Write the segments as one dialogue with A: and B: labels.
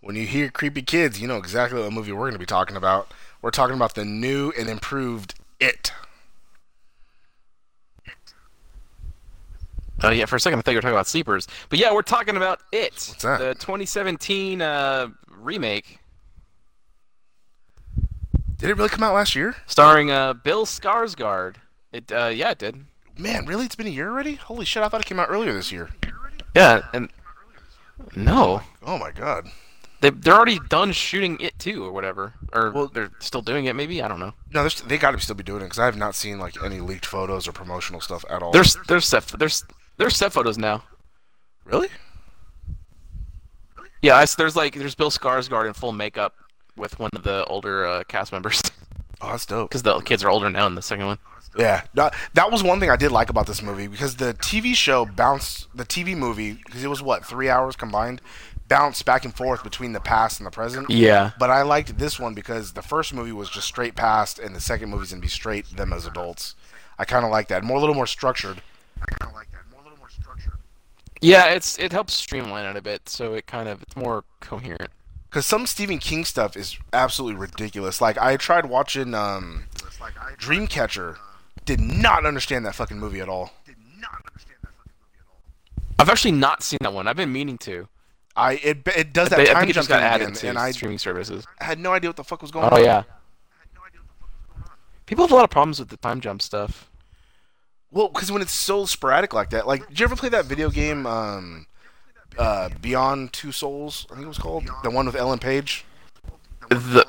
A: When you hear creepy kids, you know exactly what movie we're going to be talking about. We're talking about the new and improved It.
B: Oh yeah, for a second I thought you were talking about sleepers, but yeah, we're talking about it,
A: that?
B: the 2017 uh, remake
A: Did it really come out last year?
B: starring uh, Bill Skarsgård. It uh, yeah, it did.
A: Man, really? It's been a year already? Holy shit! I thought it came out earlier this year.
B: Yeah, and no,
A: Oh my god.
B: they they're already done shooting it too, or whatever, or
A: Well- oh.
B: they're still doing it. Maybe I don't know.
A: No, there's, they got to still be doing it because I have not seen like any leaked photos or promotional stuff at all.
B: There's there's set there's there's set photos now.
A: really?
B: Yeah, I s there's like there's Bill Skarsgård in full makeup with one of the older uh, cast members
A: Oh, that's dope.
B: because the kids are older now in the second one.
A: Yeah, that, that was one thing I did like about this movie because the TV show bounced the TV movie because it was what three hours combined, bounced back and forth between the past and the present.
B: Yeah.
A: But I liked this one because the first movie was just straight past, and the second movie's gonna be straight them as adults. I kind of like that. More a little more structured.
B: Yeah, it's it helps streamline it a bit, so it kind of it's more coherent.
A: Because some Stephen King stuff is absolutely ridiculous. Like I tried watching um, Dreamcatcher, did not understand that fucking movie at all.
B: I've actually not seen that one. I've been meaning to.
A: I it it does that
B: They- I
A: time
B: think it
A: jump
B: just got
A: thing
B: added
A: again,
B: to
A: and I
B: streaming services.
A: had no idea what the fuck was going
B: Oh
A: on.
B: yeah. People have a lot of problems with the time jump stuff.
A: Well, because when it's so sporadic like that, like, did you ever play that video game, um, uh, Beyond Two Souls? I think it was called the one with Ellen Page.
B: The,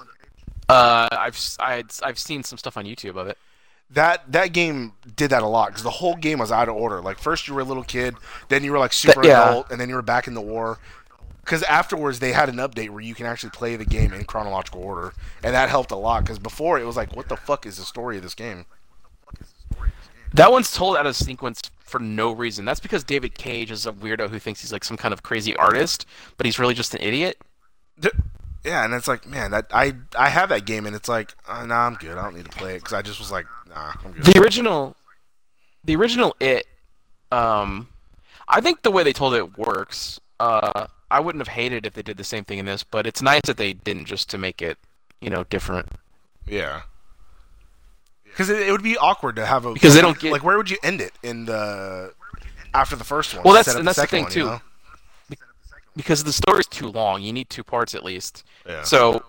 B: uh, I've s- I had, I've seen some stuff on YouTube of it.
A: That that game did that a lot because the whole game was out of order. Like, first you were a little kid, then you were like super
B: Th- yeah.
A: adult, and then you were back in the war. Because afterwards they had an update where you can actually play the game in chronological order, and that helped a lot. Because before it was like, what the fuck is the story of this game?
B: That one's told out of sequence for no reason. That's because David Cage is a weirdo who thinks he's like some kind of crazy artist, but he's really just an idiot.
A: Th- Yeah, and it's like, man, that I I have that game, and it's like, uh, nah, I'm good. I don't need to play it because I just was like, nah, I'm good.
B: The original, the original it, um, I think the way they told it works. Uh, I wouldn't have hated if they did the same thing in this, but it's nice that they didn't just to make it, you know, different.
A: Yeah. Because it, it would be awkward to have a
B: Because they don't get-
A: like where would you end it in the after the first one?
B: Well, that's-
A: Set up
B: and that's the
A: second
B: thing,
A: you
B: too.
A: know?
B: because the story's too long. You need two parts at least.
A: Yeah.
B: So,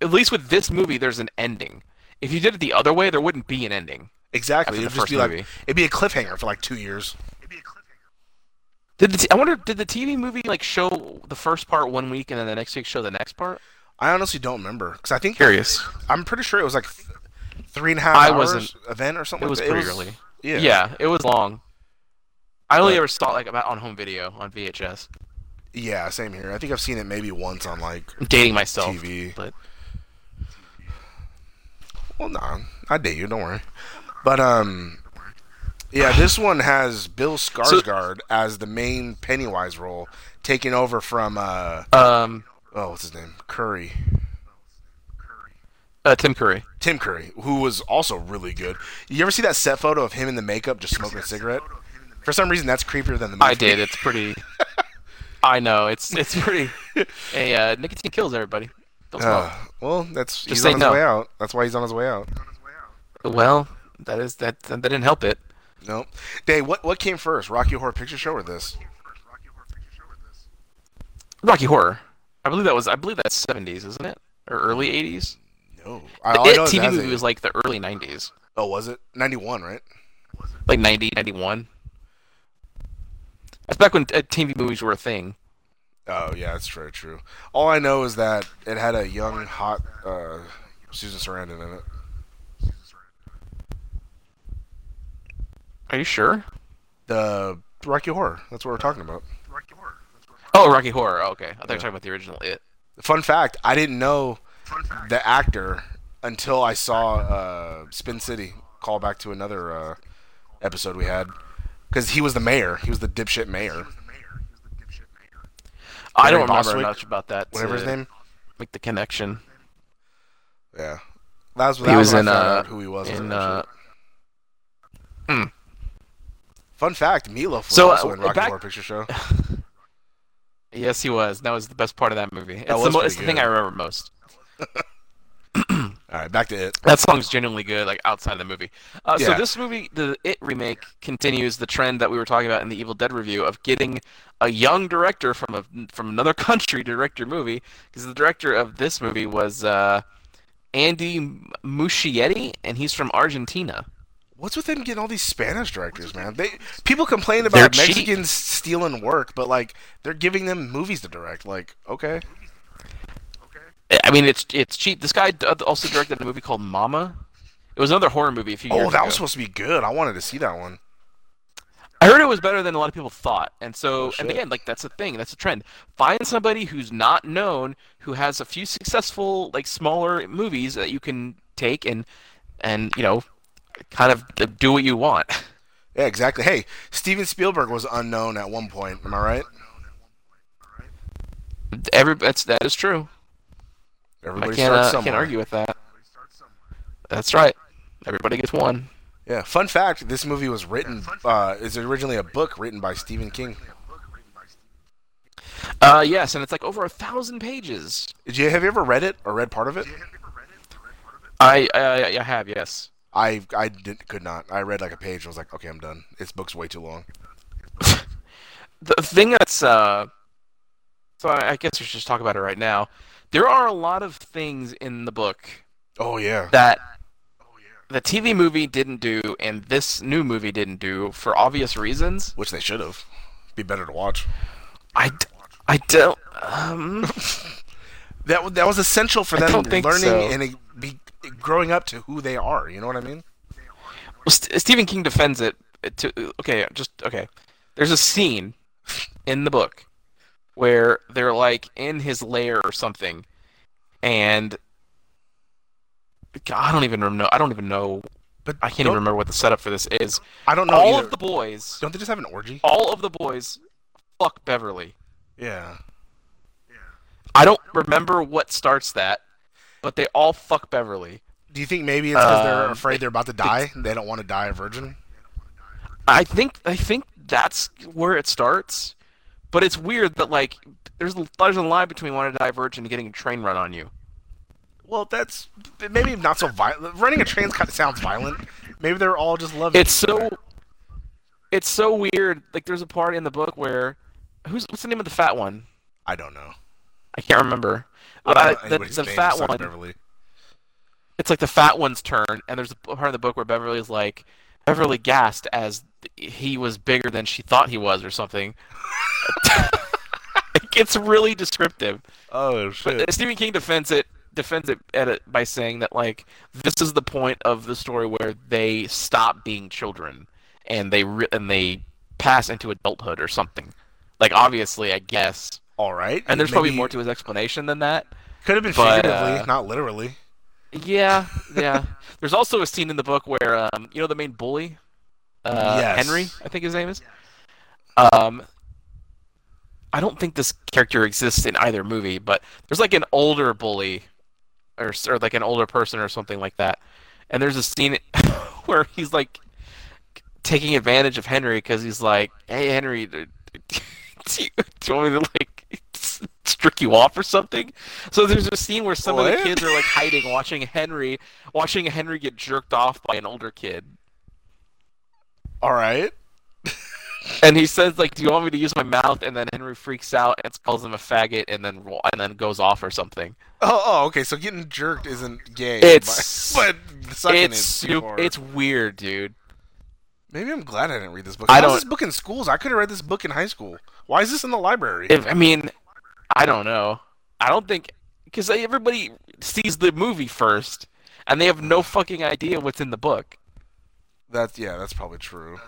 B: at least with this movie, there's an ending. If you did it the other way, there wouldn't be an ending.
A: Exactly,
B: After
A: it'd
B: the
A: just be
B: first
A: like
B: movie.
A: it'd be a cliffhanger for like two years.
B: Did the t- I wonder did the TV movie like show the first part one week and then the next week show the next part?
A: I honestly don't remember because I think
B: Curious.
A: I'm pretty sure it was like th- three and a half
B: I
A: hours
B: wasn't-
A: event or something.
B: it was
A: like that.
B: pretty early.
A: Yeah.
B: it was long. I only
A: But-
B: ever saw it, like about on home video on VHS.
A: Yeah, same here. I think I've seen it maybe once on like
B: I'm dating myself.
A: TV.
B: But
A: Well, nah, I date you. Don't worry. But um, yeah, this one has Bill Skarsgård as the main Pennywise role, taking over from uh,
B: um,
A: oh, what's his name? Curry,
B: uh, Tim Curry.
A: Tim Curry, who was also really good. You ever see that set photo of him in the makeup just smoking a cigarette? For some reason, that's creepier than the movie.
B: I did. It's pretty. I know. It's it's pretty. hey, uh, nicotine kills everybody. Don't smoke.
A: Uh, well, that's he's
B: say
A: on his
B: no.
A: way out. That's why he's on his way out.
B: Well, that is that that didn't help it.
A: Nope. Dave, what what came first, Rocky Horror Picture Show or this?
B: Rocky Horror. I believe that was I believe that's 70s, isn't it? Or early 80s?
A: No, I,
B: The
A: all Oh, I
B: it
A: know is
B: TV
A: that's
B: movie
A: it.
B: was like the early 90s.
A: oh, was it ninety one? Right.
B: Like 90, 91. That's back when uh, TV movies were a thing.
A: Oh yeah, that's very true. All I know is that it had a young, hot uh, Susan Sarandon in it.
B: Are you sure?
A: The Rocky Horror. That's what we're talking about.
B: Oh, Rocky Horror. Oh, okay. I thought you were talking about the original It.
A: Fun fact: I didn't know the actor until I saw uh, Spin City. Call back to another uh, episode we had because he was the mayor. He was the dipshit mayor.
B: I
A: Gary
B: don't remember
A: Bostwick?
B: much about that. to
A: Whatever his name.
B: Make the connection.
A: Yeah, that was. That
B: He was
A: when
B: in
A: I found
B: uh
A: out who he was.
B: in
A: and
B: uh
A: shit. Fun fact: Meatloaf was
B: So,
A: also
B: uh,
A: in Rocky
B: back-
A: Horror Picture Show.
B: Yes, he was. That was the best part of that movie. It's, the,
A: was
B: mo-
A: pretty
B: it's the thing
A: good.
B: I remember most.
A: All right, back to it.
B: That song's genuinely good, like outside of the movie. Uh,
A: Yeah.
B: So this movie, the It remake, continues the trend that we were talking about in the Evil Dead review of getting a young director from a from another country to direct your movie, because the director of this movie was uh, Andy Muschietti, and he's from Argentina.
A: What's with them getting all these Spanish directors, man? They people complain
B: They're
A: about
B: cheap.
A: Mexicans stealing work, but like they're giving them movies to direct. Like, okay,
B: I mean, it's it's cheap. This guy d- also directed a movie called Mama. It was another horror movie. A few years
A: oh, that
B: ago.
A: was supposed to be good. I wanted to see that one.
B: I heard it was better than a lot of people thought, and so
A: Oh, shit.
B: and again, like that's a thing, that's a trend. Find somebody who's not known, who has a few successful like smaller movies that you can take and and you know, kind of do what you want.
A: Yeah, exactly. Hey, Steven Spielberg was unknown at one point. Am I right?
B: Every that's that is true.
A: Everybody
B: I can't
A: starts
B: uh, I
A: somewhere.
B: can't argue with that. That's right. Everybody gets one.
A: Yeah. Fun fact: This movie was written uh, is originally a book written by Stephen King.
B: Uh, yes, and it's like over a thousand pages.
A: Did you have you ever read it or read part of it?
B: I I, I have yes.
A: I I did, could not. I read like a page. and was like, okay, I'm done. This book's way too long.
B: the thing that's uh so I I guess we should just talk about it right now. There are a lot of things in the book
A: Oh yeah.
B: that the TV movie didn't do and this new movie didn't do for obvious reasons.
A: Which they should have. Be better to watch.
B: I, d- I don't um
A: That w- that was essential for
B: I
A: them
B: don't think
A: learning
B: so.
A: and it be, growing up to who they are. You know what I mean?
B: Well, St- Stephen King defends it. To, okay, just okay. There's a scene in the book where they're like in his lair or something, and God, I don't even know. I don't even know.
A: But
B: I can't
A: don't-
B: even remember what the setup for this is.
A: I don't know.
B: all
A: either.
B: of the boys,
A: don't they just have an orgy?
B: all of the boys, fuck Beverly.
A: Yeah.
B: I don't remember what starts that, but they all fuck Beverly.
A: Do you think maybe it's because they're
B: Um,
A: afraid they're about to die? They don't want to die a virgin.
B: I think I think that's where it starts, but it's weird that like there's a- there's a line between wanting to die virgin and getting a train run on you.
A: Well, that's maybe not so violent. Running a train kind of sounds violent. Maybe they're all just loving.
B: It's
A: each
B: so
A: other.
B: it's so weird. Like there's a part in the book where who's what's the name of the fat one?
A: I don't know.
B: I can't remember.
A: I don't
B: Uh,
A: know
B: the
A: anybody's
B: the
A: name
B: fat
A: besides
B: one.
A: Beverly.
B: It's like the fat one's turn, and there's a part of the book where Beverly's like Beverly gassed as he was bigger than she thought he was, or something. it's really descriptive.
A: Oh shit!
B: But Stephen King defends it defends it at it by saying that like this is the point of the story where they stop being children and they re- and they pass into adulthood or something. Like obviously, I guess.
A: all right.
B: And there's probably
A: Maybe-
B: more to his explanation than that.
A: Could have been
B: but,
A: figuratively,
B: uh,
A: not literally.
B: Yeah, yeah. there's also a scene in the book where um, you know the main bully, uh,
A: Yes.
B: Henry, I think his name is. Um, I don't think this character exists in either movie, but there's like an older bully, or s- or like an older person or something like that, and there's a scene where he's like taking advantage of Henry because he's like, "Hey, Henry, do, do you, do you want me to like trick you off or something?" So there's a scene where some of
A: What?
B: the kids are like hiding, watching Henry, watching Henry get jerked off by an older kid,
A: All right.
B: and he says like, "Do you want me to use my mouth?" And then Henry freaks out and calls him a faggot, and then wa- and then goes off or something.
A: Oh, oh, okay. So getting jerked isn't gay.
B: It's-
A: but, but sucking
B: it's
A: is too
B: sup-
A: far.
B: it's weird, dude.
A: Maybe I'm glad I didn't read this book.
B: I
A: Why is
B: don't-
A: this book in schools? I could have read this book in high school. Why is this in the library?
B: If I mean, I don't know. I don't think because everybody sees the movie first, and they have no fucking idea what's in the book.
A: That's yeah, that's probably true.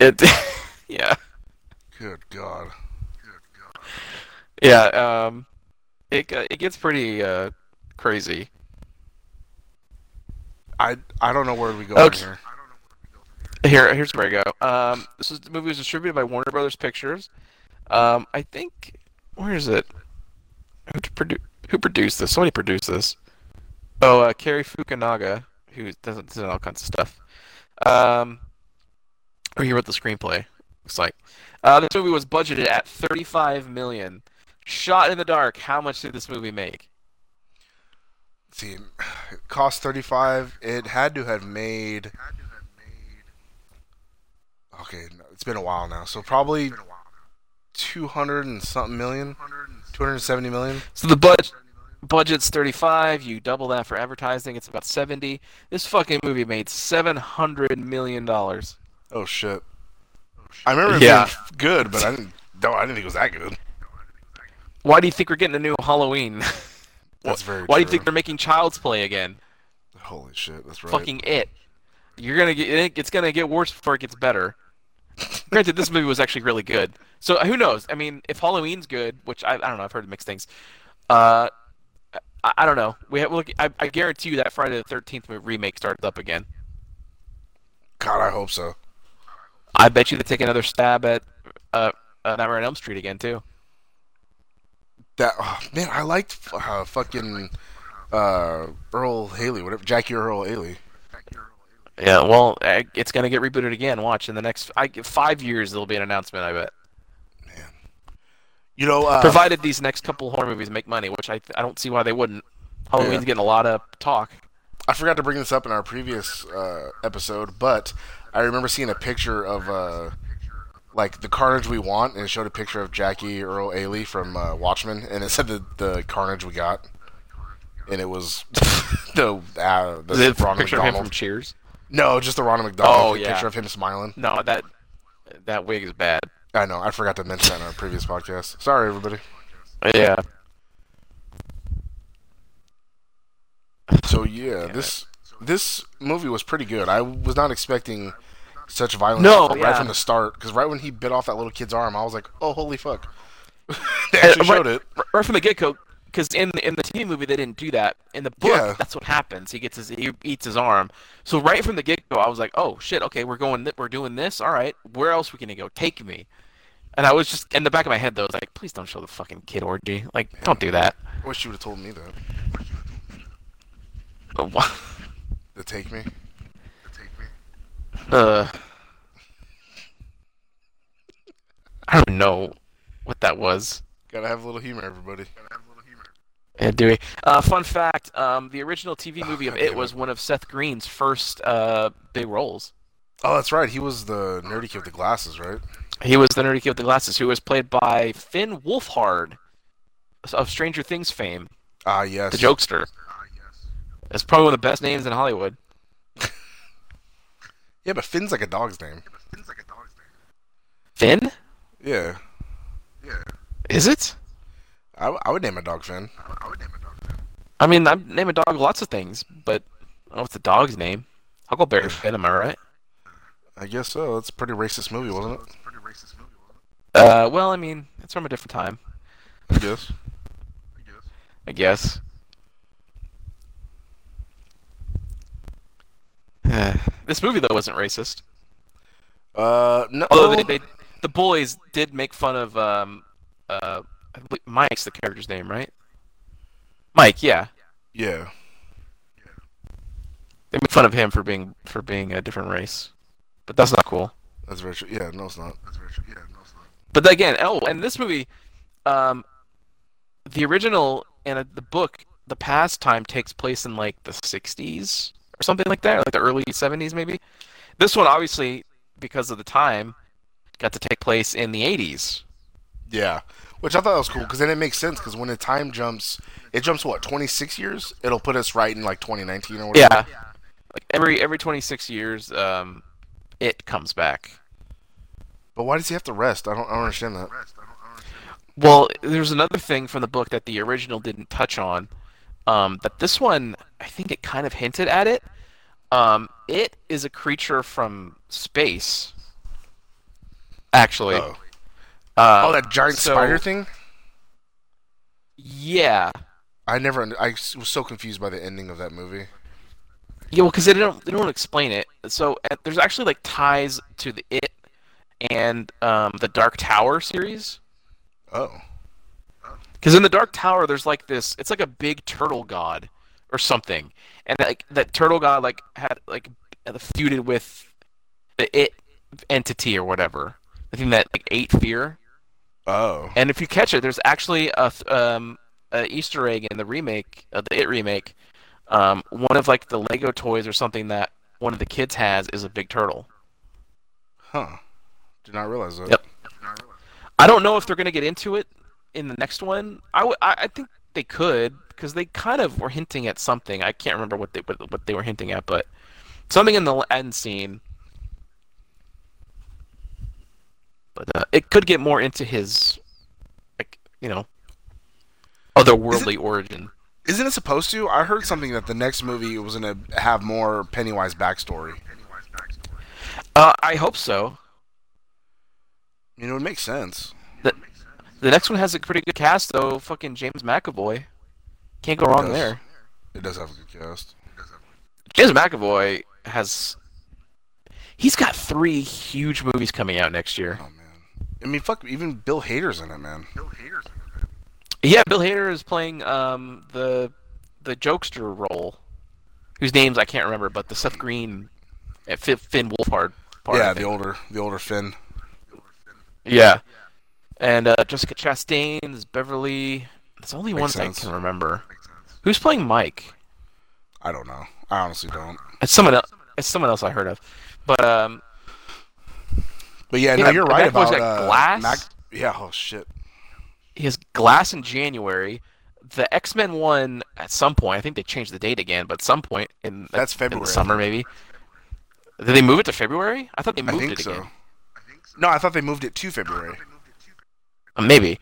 B: It, yeah,
A: Good God.
B: yeah. Um, it uh, it gets pretty uh crazy.
A: I I don't know where we go
B: Okay.
A: from here.
B: Here, here's where I go. Um, this was, the movie was distributed by Warner Brothers Pictures. Um, I think where is it? Who produced who produced this? Somebody produced this. Oh, uh, Kerry Fukunaga, who doesn't does all kinds of stuff. Um, or he wrote the screenplay. looks like. Uh, this movie was budgeted at 35 million. Shot in the dark. How much did this movie make?
A: See, it cost 35. It had to have made. Okay, no, it's been a while now. So probably 200 and something million. 270 million.
B: So the budget budget's 35. You double that for advertising. It's about 70. This fucking movie made 700 million dollars.
A: Oh shit. I remember it
B: Yeah.
A: being good, but I didn't. No, I didn't think it was that good.
B: Why do you think we're getting a new Halloween?
A: That's very.
B: Why do you
A: true.
B: think they're making Child's Play again?
A: Holy shit, that's right.
B: Fucking it. You're gonna get. It's gonna get worse before it gets better. Granted, this movie was actually really good. So uh, who knows? I mean, if Halloween's good, which I, I don't know, I've heard mixed things. Uh, I, I don't know. We have, look. I, I guarantee you that Friday the Thirteenth remake starts up again.
A: God, I hope so.
B: I bet you they take another stab at uh, uh Nightmare on Elm Street again too.
A: That oh, man, I liked uh, fucking uh, Earl Haley, whatever Jackie Earl Haley.
B: Yeah. Well, I, Uh, it's gonna get rebooted again. Watch in the next I, five years, there'll be an announcement. I bet.
A: You know, uh,
B: Provided these next couple horror movies make money, which I I don't see why they wouldn't. Halloween's
A: Yeah.
B: getting a lot of talk.
A: I forgot to bring this up in our previous uh, episode, but I remember seeing a picture of uh, like the Carnage we want, and it showed a picture of Jackie Earl Haley from uh, Watchmen, and it said the the Carnage we got, and it was the uh, the
B: The
A: Ronald
B: picture of him from
A: McDonald.
B: Cheers.
A: No, just the Ronald McDonald
B: Oh, yeah.
A: picture of him smiling.
B: No, that that wig is bad.
A: I know. I forgot to mention that in our previous podcast. Sorry, everybody.
B: Yeah.
A: So yeah, this this movie was pretty good. I was not expecting such violence
B: No,
A: right
B: yeah.
A: from the start because right when he bit off that little kid's arm, I was like, "Oh, holy fuck!" they
B: Uh,
A: actually
B: right-
A: showed it.
B: r- right from the get go. Because in in the TV movie they didn't do that. In the book,
A: Yeah.
B: that's what happens. He gets his he eats his arm. So right from the get go, I was like, oh shit, okay, we're going, th- we're doing this. All right, where else we gonna go? Take me. And I was just in the back of my head though, I was like, please don't show the fucking kid orgy. Like, don't do that.
A: I wish you would have told me that. The take me.
B: Uh, I don't know what that was.
A: Gotta have a little humor, everybody.
B: Yeah, do we? Uh, fun fact: um, the original TV movie of
A: God Ah, damn
B: it
A: it.
B: was one of Seth Green's first uh, big roles.
A: Oh, that's right. He was the nerdy kid with the glasses, right?
B: He was the nerdy kid with the glasses, who was played by Finn Wolfhard of Stranger Things fame,
A: Ah, yes.
B: the jokester. That's probably one of the best names in Hollywood.
A: Yeah, but Finn's like a dog's name.
B: Finn?
A: Yeah,
B: Is it?
A: I, I would name a dog Finn.
B: I mean, I name a dog lots of things, but I don't know what's the dog's name. Huckleberry Finn, am I right?
A: I guess so. That's a pretty racist movie, wasn't it?
B: Uh, well, I mean, it's from a different time,
A: I guess.
B: I guess. this movie though wasn't racist.
A: Uh, no.
B: Although they, they, the boys did make fun of um, uh, I believe Mike's the character's name, right? Mike, yeah,
A: yeah.
B: they made fun of him for being for being a different race, but that's not cool.
A: That's very true. Yeah, no, it's not. That's very true. Yeah, no, it's not.
B: But again, oh, and this movie, um, the original and uh, the book, the pastime takes place in like the '60s or something like that, like the early '70s maybe. This one, obviously, because of the time, got to take place in the '80s.
A: Yeah, which I thought was cool because then it makes sense because when the time jumps, it jumps what 26 years? It'll put us right in like 2019 or whatever.
B: Yeah, like every every 26 years, um, it comes back.
A: But why does he have to rest? I don't, I don't understand that.
B: Well, there's another thing from the book that the original didn't touch on, um, but this one, I think it kind of hinted at it. Um, it is a creature from space, actually.
A: Oh,
B: Uh,
A: oh, that giant
B: so-
A: spider thing.
B: yeah.
A: I never. under- I s- was so confused by the ending of that movie.
B: Yeah, well, because they don't they don't explain it. So uh, there's actually like ties to the It and um, the Dark Tower series.
A: Oh,
B: Because in the Dark Tower, there's like this. It's like a big turtle god or something, and like that turtle god like had like feuded with the it entity or whatever. I think that like eight fear.
A: Oh.
B: And if you catch it, there's actually a th- um a Easter egg in the remake of the It remake. Um, one of like the Lego toys or something that one of the kids has is a big turtle.
A: Huh. Did not realize that.
B: Yep. I don't know if they're going to get into it in the next one. I, w- I, I think they could because they kind of were hinting at something. I can't remember what they what, what they were hinting at, but something in the end scene. But uh, it could get more into his, like you know, otherworldly origin.
A: Isn't it supposed to? I heard something that the next movie was gonna have more Pennywise backstory.
B: Uh, I hope so.
A: You know, it makes sense.
B: The next one has a pretty good cast though. Fucking James McAvoy, can't go wrong
A: does.
B: there.
A: It does have a good cast.
B: James McAvoy has. He's got three huge movies coming out next year.
A: Oh man. I mean, fuck. Even Bill Hader's in it, man.
B: Yeah, Bill Hader is playing um, the the jokester role, whose names I can't remember, but the Seth Green, uh, Fi- Finn Wolfhard part.
A: yeah,
B: I
A: the
B: think.
A: older, the older Finn.
B: yeah. And uh, Jessica Chastain is Beverly. That's the only
A: Makes
B: ones
A: sense.
B: I can remember. Who's playing Mike?
A: I don't know. I honestly don't.
B: It's someone else. It's someone else I heard of, but um,
A: But yeah, no,
B: Yeah,
A: you're
B: but
A: right
B: that boy's
A: about
B: got
A: uh,
B: glass.
A: yeah. Oh shit.
B: he has Glass in January. The X Men one at some point. I think they changed the date again, but at some point in like,
A: That's
B: in
A: February.
B: the summer maybe. Did they move it to February? I thought they
A: I
B: moved
A: think
B: it
A: so.
B: again.
A: No, I thought they moved it to February.
B: Uh, maybe.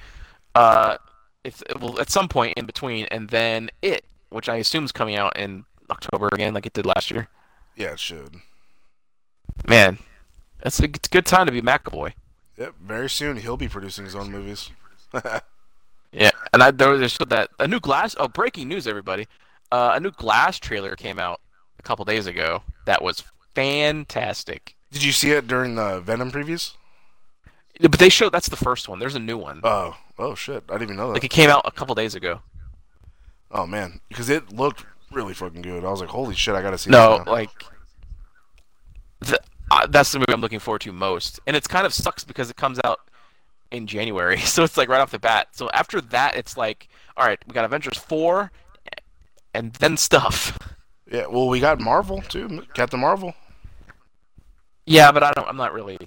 B: Uh, if well, at some point in between, and then it, which I assume is coming out in October again, like it did last year.
A: Yeah, it should.
B: Man, that's a, it's a good time to be McAvoy.
A: Yep. Very soon he'll be producing his own movies.
B: Yeah, and I there was just that a new glass. Oh, breaking news, everybody! Uh, a new Glass trailer came out a couple days ago. That was fantastic.
A: Did you see it during the Venom previews?
B: But they showed that's the first one. There's a new one.
A: Oh, oh shit! I didn't even know that.
B: Like it came out a couple days ago.
A: Oh man, because it looked really fucking good. I was like, holy shit, I gotta see.
B: No,
A: this now.
B: like the, uh, that's the movie I'm looking forward to most, and it's kind of sucks because it comes out in January, so it's like right off the bat. So after that, it's like, all right, we got Avengers four, and then stuff.
A: yeah. Well, we got Marvel too, Captain Marvel.
B: Yeah, but I don't. I'm not really.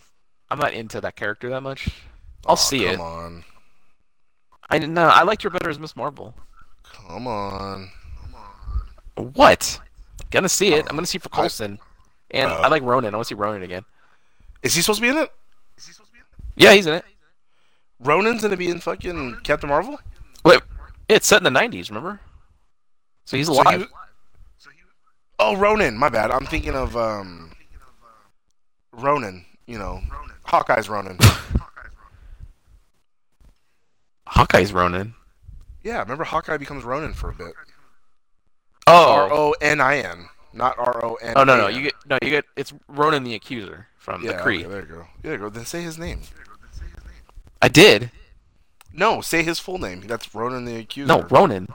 B: I'm not into that character that much. I'll
A: Aw,
B: see
A: come
B: it.
A: on,
B: I no. I liked her better as Miss Marvel.
A: come on.
B: What? Gonna see it. I'm gonna see it for Colson, and
A: Uh.
B: I like Ronan. I want to see Ronan again.
A: Is he supposed to be in it?
B: Yeah, he's in it.
A: Ronan's gonna be in fucking Captain Marvel.
B: Wait, it's set in the '90s. Remember? So he's
A: So
B: alive.
A: he was- oh, Ronan. My bad. I'm thinking of um, Ronan. You know, Hawkeye's Ronan.
B: Hawkeye's Ronan.
A: yeah, remember Hawkeye becomes Ronan for a bit. R
B: Oh,
A: O N I N, not R O N.
B: oh no, no, you get no, you get it's Ronan the Accuser from
A: yeah,
B: the Creed.
A: Okay, there you go. There you go. Then say his name.
B: I did.
A: No, say his full name. That's Ronan the Accuser.
B: No, Ronan.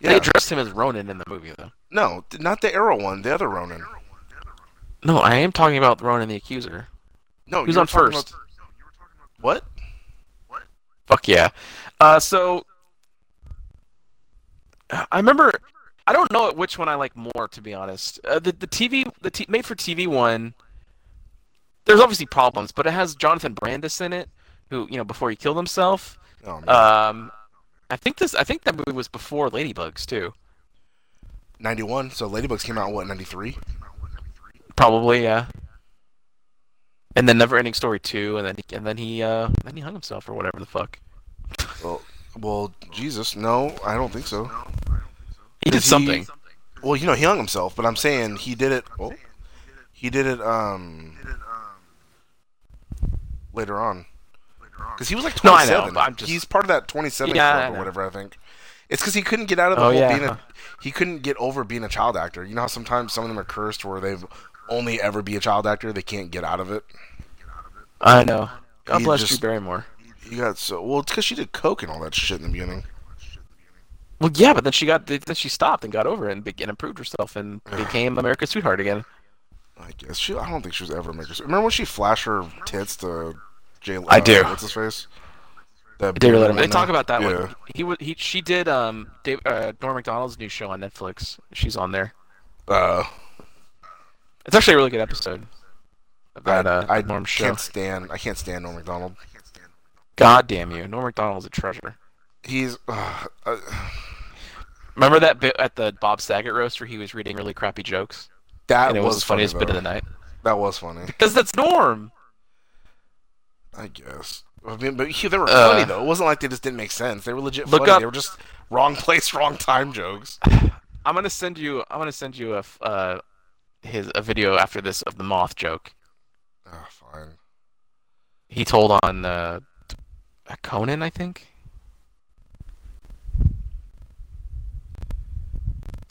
B: They
A: yeah.
B: addressed him as Ronan in the movie though.
A: No, th- not the Arrow one, the other Ronan.
B: No, I am talking about Ronan the Accuser.
A: No,
B: Who's
A: Oh, you were
B: on
A: talking
B: first?
A: about- what?
B: Fuck yeah. Uh, so I remember. I don't know which one I like more, to be honest. Uh, the the TV the t- made for TV one. There's obviously problems, but it has Jonathan Brandis in it, who you know before he killed himself.
A: Oh, man.
B: Um, I think this. I think that movie was before Ladybugs too.
A: 91. So Ladybugs came out in what, 93?
B: Probably, yeah. And then Never Ending Story two, and then he, and then he uh then he hung himself or whatever the fuck.
A: Well, well, Jesus, no, I don't think so.
B: He did
A: Does he-
B: something.
A: Well, you know, he hung himself, but I'm saying he did it. Oh, he did it. Um, later on, because he was like
B: No, I know,
A: 27.
B: but I'm just-
A: He's part of that 27
B: Yeah, I
A: club or
B: know.
A: whatever. I think it's because he couldn't get out of the
B: Oh,
A: whole
B: yeah.
A: being. A, he couldn't get over being a child actor. You know how sometimes some of them are cursed where they've only ever be a child actor. They can't get out of it.
B: I know. God
A: He
B: bless
A: just-
B: Drew Barrymore.
A: He got so well. It's because she did coke and all that shit in the beginning.
B: Well, yeah, but then she got then she stopped and got over it and, be, and improved herself and became America's sweetheart again.
A: I guess she. I don't think she was ever America's. Remember when she flashed her tits to Jay.
C: I do.
A: What's his face? The
C: David Letterman.
B: They talk about that
A: Yeah.
B: one. He was he she did um Dave, uh, Norm Macdonald's new show on Netflix. She's on there.
A: Uh,
B: It's actually a really good episode. of
A: I,
B: that, uh,
A: I
B: Norm show.
A: can't stand. I can't stand Norm Macdonald.
B: God damn you, Norm Macdonald's a treasure.
A: He's. Uh, uh,
B: Remember that bit at the Bob Saget roast where he was reading really crappy jokes,
A: that
B: and it
A: was,
B: was, the funniest
A: funny,
B: bit of
A: though.
B: the night.
A: That was funny.
B: Because that's Norm.
A: I guess. I mean, but yeah, they were
B: Uh,
A: funny though. It wasn't like they just didn't make sense. They were legit
B: Look
A: funny.
B: up-
A: They were just wrong place, wrong time jokes.
B: I'm gonna send you. I'm gonna send you a f- uh, his a video after this of the moth joke
A: Oh, fine.
B: he told on uh, Conan, I think.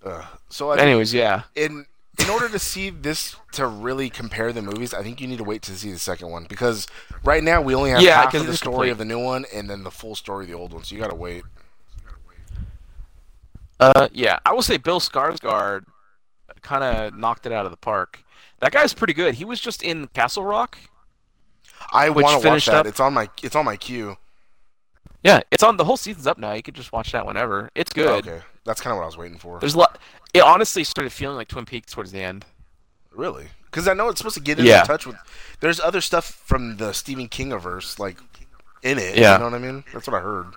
A: Ugh. Uh, So
B: But
A: I,
B: anyways, yeah.
A: in in order to see this to really compare the movies, I think you need to wait to see the second one because right now we only have
B: Yeah,
A: half
B: 'cause
A: of the
B: it's
A: story
B: complete.
A: of the new one and then the full story of the old one. So you gotta wait.
B: Uh, yeah, I will say Bill Skarsgård kind of knocked it out of the park. That guy's pretty good. He was just in Castle Rock.
A: I
B: Which
A: want to watch
B: finished
A: that.
B: up-
A: It's on my it's on my queue.
B: Yeah, it's on. The whole season's up now. You can just watch that whenever. It's good.
A: Okay, that's kind of what I was waiting for.
B: There's a lot. It honestly started feeling like Twin Peaks towards the end.
A: Really? Because I know it's supposed to get in
B: Yeah.
A: touch with. There's other stuff from the Stephen Kingiverse like in it.
B: Yeah.
A: You know what I mean? That's what I heard.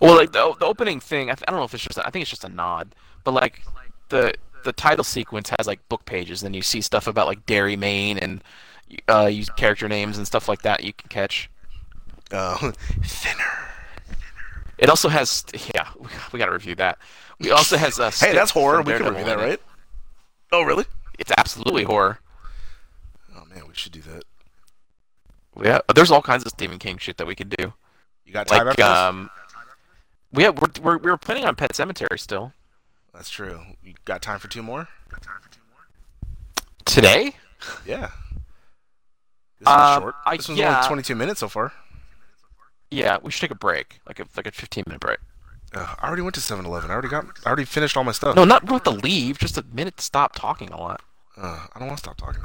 B: Well, like the, the opening thing, I, th- I don't know if it's just, I think it's just a nod, but like the the title sequence has like book pages, and you see stuff about like Dairy Maine and uh, you character names and stuff like that you can catch.
A: Uh, thinner.
B: It also has, yeah, we, we gotta review that. We also has uh,
A: Hey, that's
B: Stick
A: horror.
B: from
A: We could
B: Daredevil
A: review that,
B: in it.
A: right? Oh, really?
B: It's absolutely horror.
A: Oh man, we should do that.
B: Yeah, there's all kinds of Stephen King shit that we could do.
A: You got time
B: Like,
A: after this?
B: um, we have, we're, we're we we're planning on Pet Cemetery still
A: That's true. You got time for two more?
B: today.
A: Yeah. This
B: Uh,
A: one's short.
B: I-
A: this one's
B: yeah.
A: only 22 minutes so far.
B: Yeah, we should take a break, like a like a 15 minute break.
A: Uh, I already went to 7-Eleven. I already got. I already finished all my stuff.
B: No, not we don't have to leave. Just a minute to stop talking a lot.
A: Uh, I don't want to stop talking.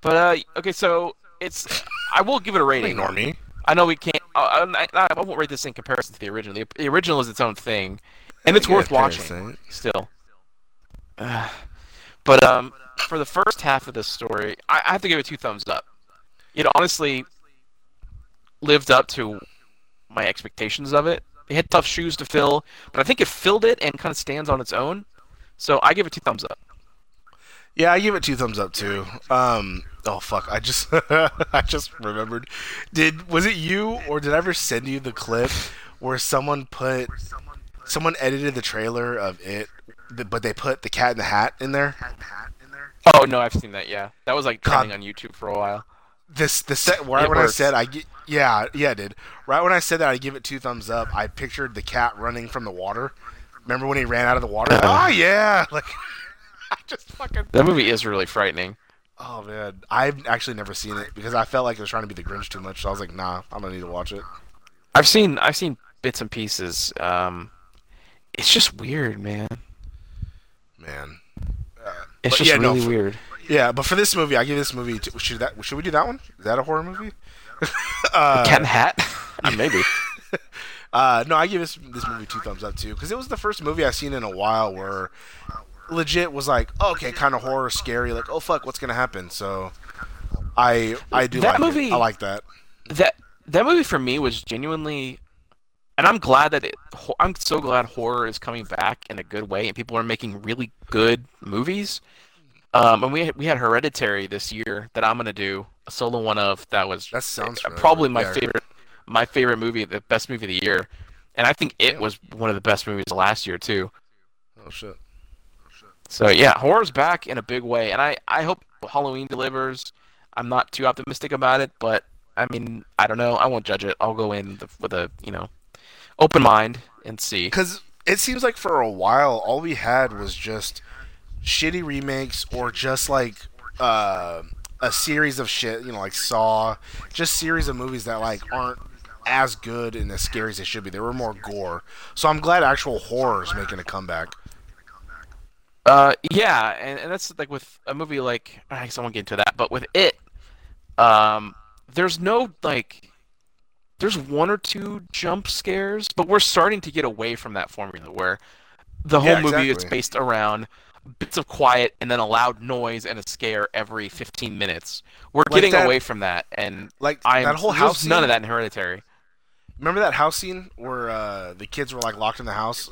B: But uh, okay, so it's I will give it a rating.
A: Ignore me.
B: I know we can't. I, I, I won't rate this in comparison to the original. The, the original is its own thing, and it's
A: Yeah,
B: worth watching
A: parasite.
B: still. Uh, but um, for the first half of this story, I, I have to give it two thumbs up. It honestly lived up to my expectations of it. They had tough shoes to fill, but I think it filled it and kind of stands on its own. So I give it two thumbs up.
A: Yeah, I give it two thumbs up too. Um, oh fuck, I just I just remembered. Did was it you or did I ever send you the clip where someone put someone edited the trailer of it, th- but they put the Cat in the Hat in there?
B: Oh no, I've seen that. Yeah, that was like trending on YouTube for a while.
A: This the set right
B: It
A: when
B: works.
A: I said I gi- yeah yeah I did right when I said that I give it two thumbs up. I pictured the cat running from the water. Remember when he ran out of the water? Oh yeah, like I just fucking
B: That movie is really frightening.
A: Oh man, I've actually never seen it because I felt like it was trying to be the Grinch too much. So I was like, nah, I don't need to watch it.
B: I've seen I've seen bits and pieces. Um, it's just weird, man.
A: Man.
B: It's
A: But
B: just
A: yeah, no,
B: really
A: for-
B: weird.
A: Yeah, but for this movie, I give this movie. Two, should that? Should we do that one? Is that a horror movie?
B: Cat in the Hat, maybe.
A: Uh, no, I give this this movie two thumbs up too because it was the first movie I've seen in a while where legit was like, okay, kind of horror, scary, like oh fuck, what's gonna happen? So I I do like
B: That
A: it.
B: movie-
A: I like that.
B: That that movie for me was genuinely, and I'm glad that it. ho- I'm so glad horror is coming back in a good way, and people are making really good movies. Um, and we we had Hereditary this year that I'm gonna do a solo one of that was
A: That sounds
B: uh, probably my
A: familiar. Yeah.
B: favorite my favorite movie the best movie of the year and i think it was one of the best movies last year too
A: Oh shit.
B: so yeah horror's back in a big way and i i hope halloween delivers i'm not too optimistic about it but i mean i don't know i won't judge it i'll go in the, with a you know open mind and see
A: Because it seems like for a while, all we had was just shitty remakes or just like uh, a series of shit, you know, like Saw, just series of movies that like aren't as good and as scary as they should be. They were more gore. So I'm glad actual horror is making a comeback.
B: Uh, yeah, and, and that's like with a movie like I guess I won't get into that, but with it, Um, there's no like, there's one or two jump scares, but we're starting to get away from that formula where the whole
A: Yeah,
B: movie is
A: exactly.
B: based around bits of quiet and then a loud noise and a scare every 15 minutes. We're
A: Like
B: getting
A: that-
B: away from that, and
A: Like
B: I'm
A: that whole
B: there's
A: house.
B: none
A: scene-
B: of that in Hereditary.
A: Remember that house scene where uh, the kids were like locked in the house?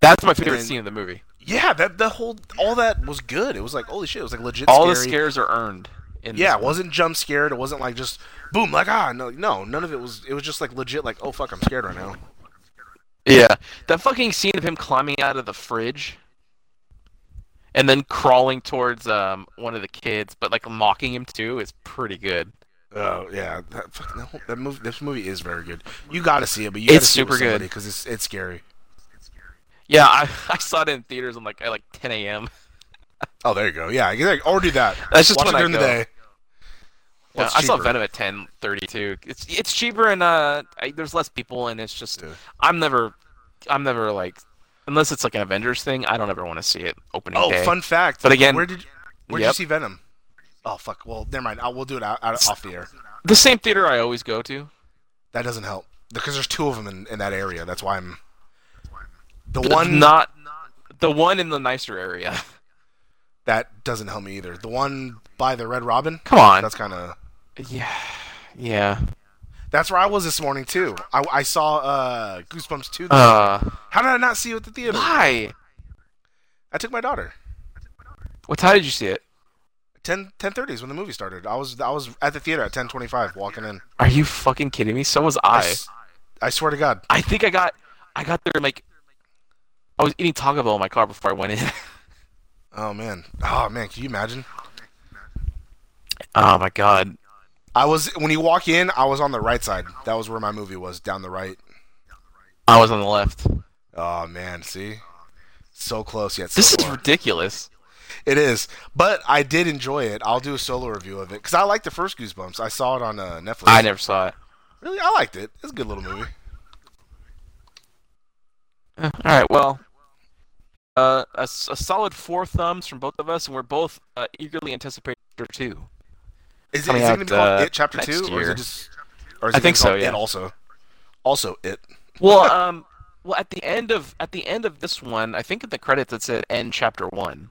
B: That's my favorite
A: And-
B: scene of the movie.
A: Yeah, that the whole all that was good. It was like holy shit. It was like legit.
B: All
A: scary.
B: the scares are earned. In this
A: Yeah, it
B: movie.
A: wasn't jump scared. It wasn't like just boom, like ah, no, no, none of it was. It was just like legit, like oh fuck, I'm scared right now.
B: Yeah. That fucking scene of him climbing out of the fridge and then crawling towards um one of the kids, but like mocking him too, is pretty good.
A: Oh yeah, that fucking that, whole- that movie. This movie is very good. You got to see it, but you got to
B: It's
A: see it
B: super good.
A: because it's it's scary.
B: Yeah, I, I saw it in theaters on like at like 10 a.m.
A: Oh, there you go. Yeah, exactly. or do that.
B: That's just
A: Watch
B: when
A: it
B: I
A: during the
B: go.
A: day.
B: Yeah,
A: Well, it's
B: I saw
A: cheaper.
B: Venom at 10:30 too. It's it's cheaper and uh I, there's less people and it's just
A: Yeah.
B: I'm never I'm never like unless it's like an Avengers thing, I don't ever want to see it opening
A: Oh,
B: day.
A: fun fact.
B: But again-
A: where did where did you
B: Yep.
A: see Venom? Oh fuck. Well, never mind. I, we'll do it out, out off the air.
B: The same theater I always go to.
A: That doesn't help because there's two of them in, in that area. That's why I'm. The
B: The-
A: one
B: not the one in the nicer area.
A: that doesn't help me either. The one by the Red Robin.
B: Come on.
A: That's kind of.
B: Yeah, yeah.
A: That's where I was this morning too. I, I saw uh, Goosebumps 2.
B: Uh,
A: How did I not see you at the theater?
B: why?
A: I took my daughter.
B: What time did you see it?
A: 10 10:30 is when the movie started. I was I was at the theater at 10:25 walking in.
B: Are you fucking kidding me? So was
A: I,
B: I.
A: s- I swear to God.
B: I think I got, I got there like, I was eating Taco Bell in my car before I went in.
A: Oh man. Oh man. Can you imagine?
B: oh my god.
A: I was when you walk in. I was on the right side. That was where my movie was down the right.
B: I was on the left.
A: Oh man. See. So close yet. So
B: This is
A: far.
B: ridiculous.
A: It is, but I did enjoy it. I'll do a solo review of it because I liked the first Goosebumps. I saw it on uh, Netflix.
B: I never saw it.
A: really, I liked it. It's a good little movie.
B: Eh, All right, well, uh, a, s- a solid four thumbs from both of us, and we're both uh, eagerly anticipating chapter two.
A: Is it,
B: Coming
A: is it
B: out,
A: going to be called
B: uh,
A: It Chapter
B: next
A: Two, or is
B: year.
A: it just? Or is
B: I
A: it gonna be
B: think so,
A: called
B: yeah.
A: It also, also it.
B: Well, um, well, at the end of at the end of this one, I think in the credits it said end chapter one.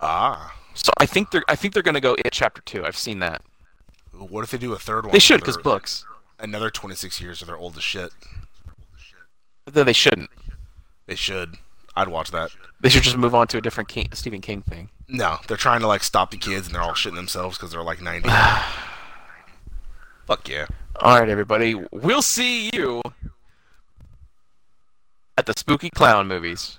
A: Ah,
B: So I think they're I think they're gonna go it chapter two. I've seen that.
A: what if they do a third one?
B: They should
A: for
B: because
A: their-
B: books.
A: Another twenty six years, or they're old as shit.
B: Though they shouldn't.
A: They should. I'd watch that.
B: They should just move on to a different King, Stephen King thing.
A: No, they're trying to like stop the kids, and they're all shitting themselves because they're like ninety. Fuck yeah.
B: All right, everybody. We'll see you at the Spooky Clown movies.